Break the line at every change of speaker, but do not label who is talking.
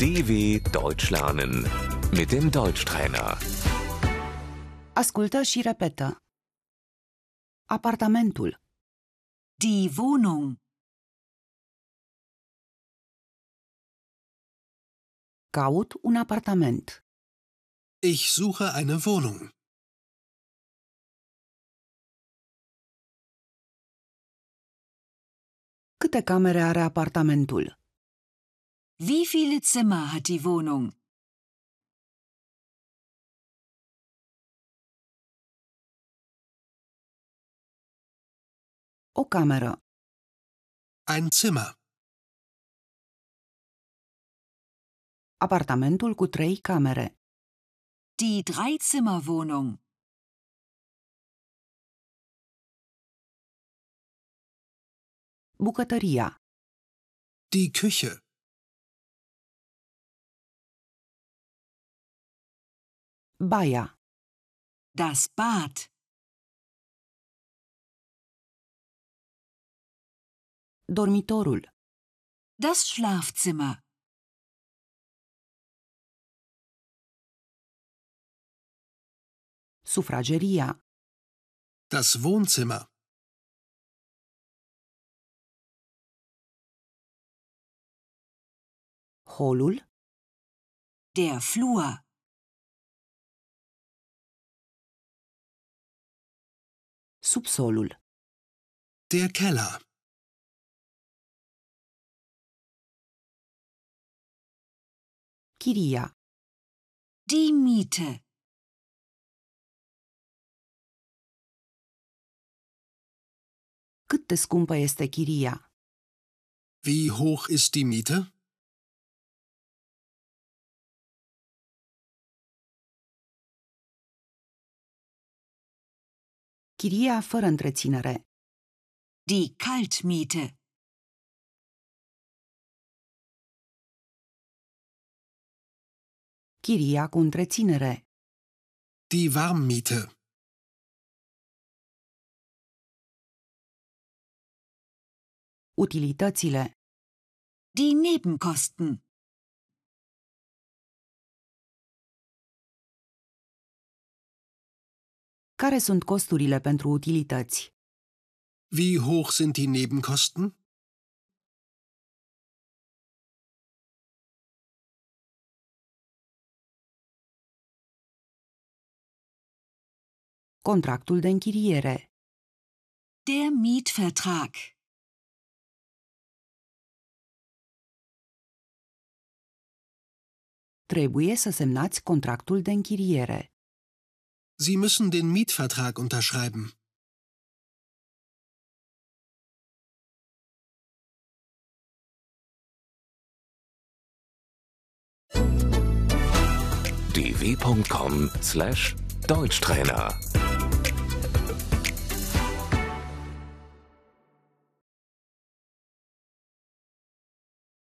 DW Deutsch lernen mit dem Deutschtrainer.
Ascultă și repetă. Apartamentul,
Die Wohnung,
caut un apartament,
Ich suche eine Wohnung.
câte camere are apartamentul,
wie viele Zimmer hat die Wohnung?
o cameră,
Ein Zimmer.
apartamentul cu trei camere,
Die Dreizimmerwohnung,
bucătăria,
Die Küche.
baia,
das Bad,
dormitorul,
das Schlafzimmer,
sufrageria,
Das Wohnzimmer.
holul,
der Flur,
subsolul,
Der Keller.
chiria,
die Miete,
cât de scumpă este chiria,
Wie hoch ist die Miete?
chiria fără întreținere,
die Kaltmiete,
chiria cu întreținere,
Die Warmmiete.
utilitățile,
die Nebenkosten,
care sunt costurile pentru utilități.
Wie hoch sind die Nebenkosten?
Contractul de închiriere,
der Mietvertrag,
trebuie să semnați contractul de închiriere.
Sie müssen den Mietvertrag unterschreiben.
dw.com/deutschtrainer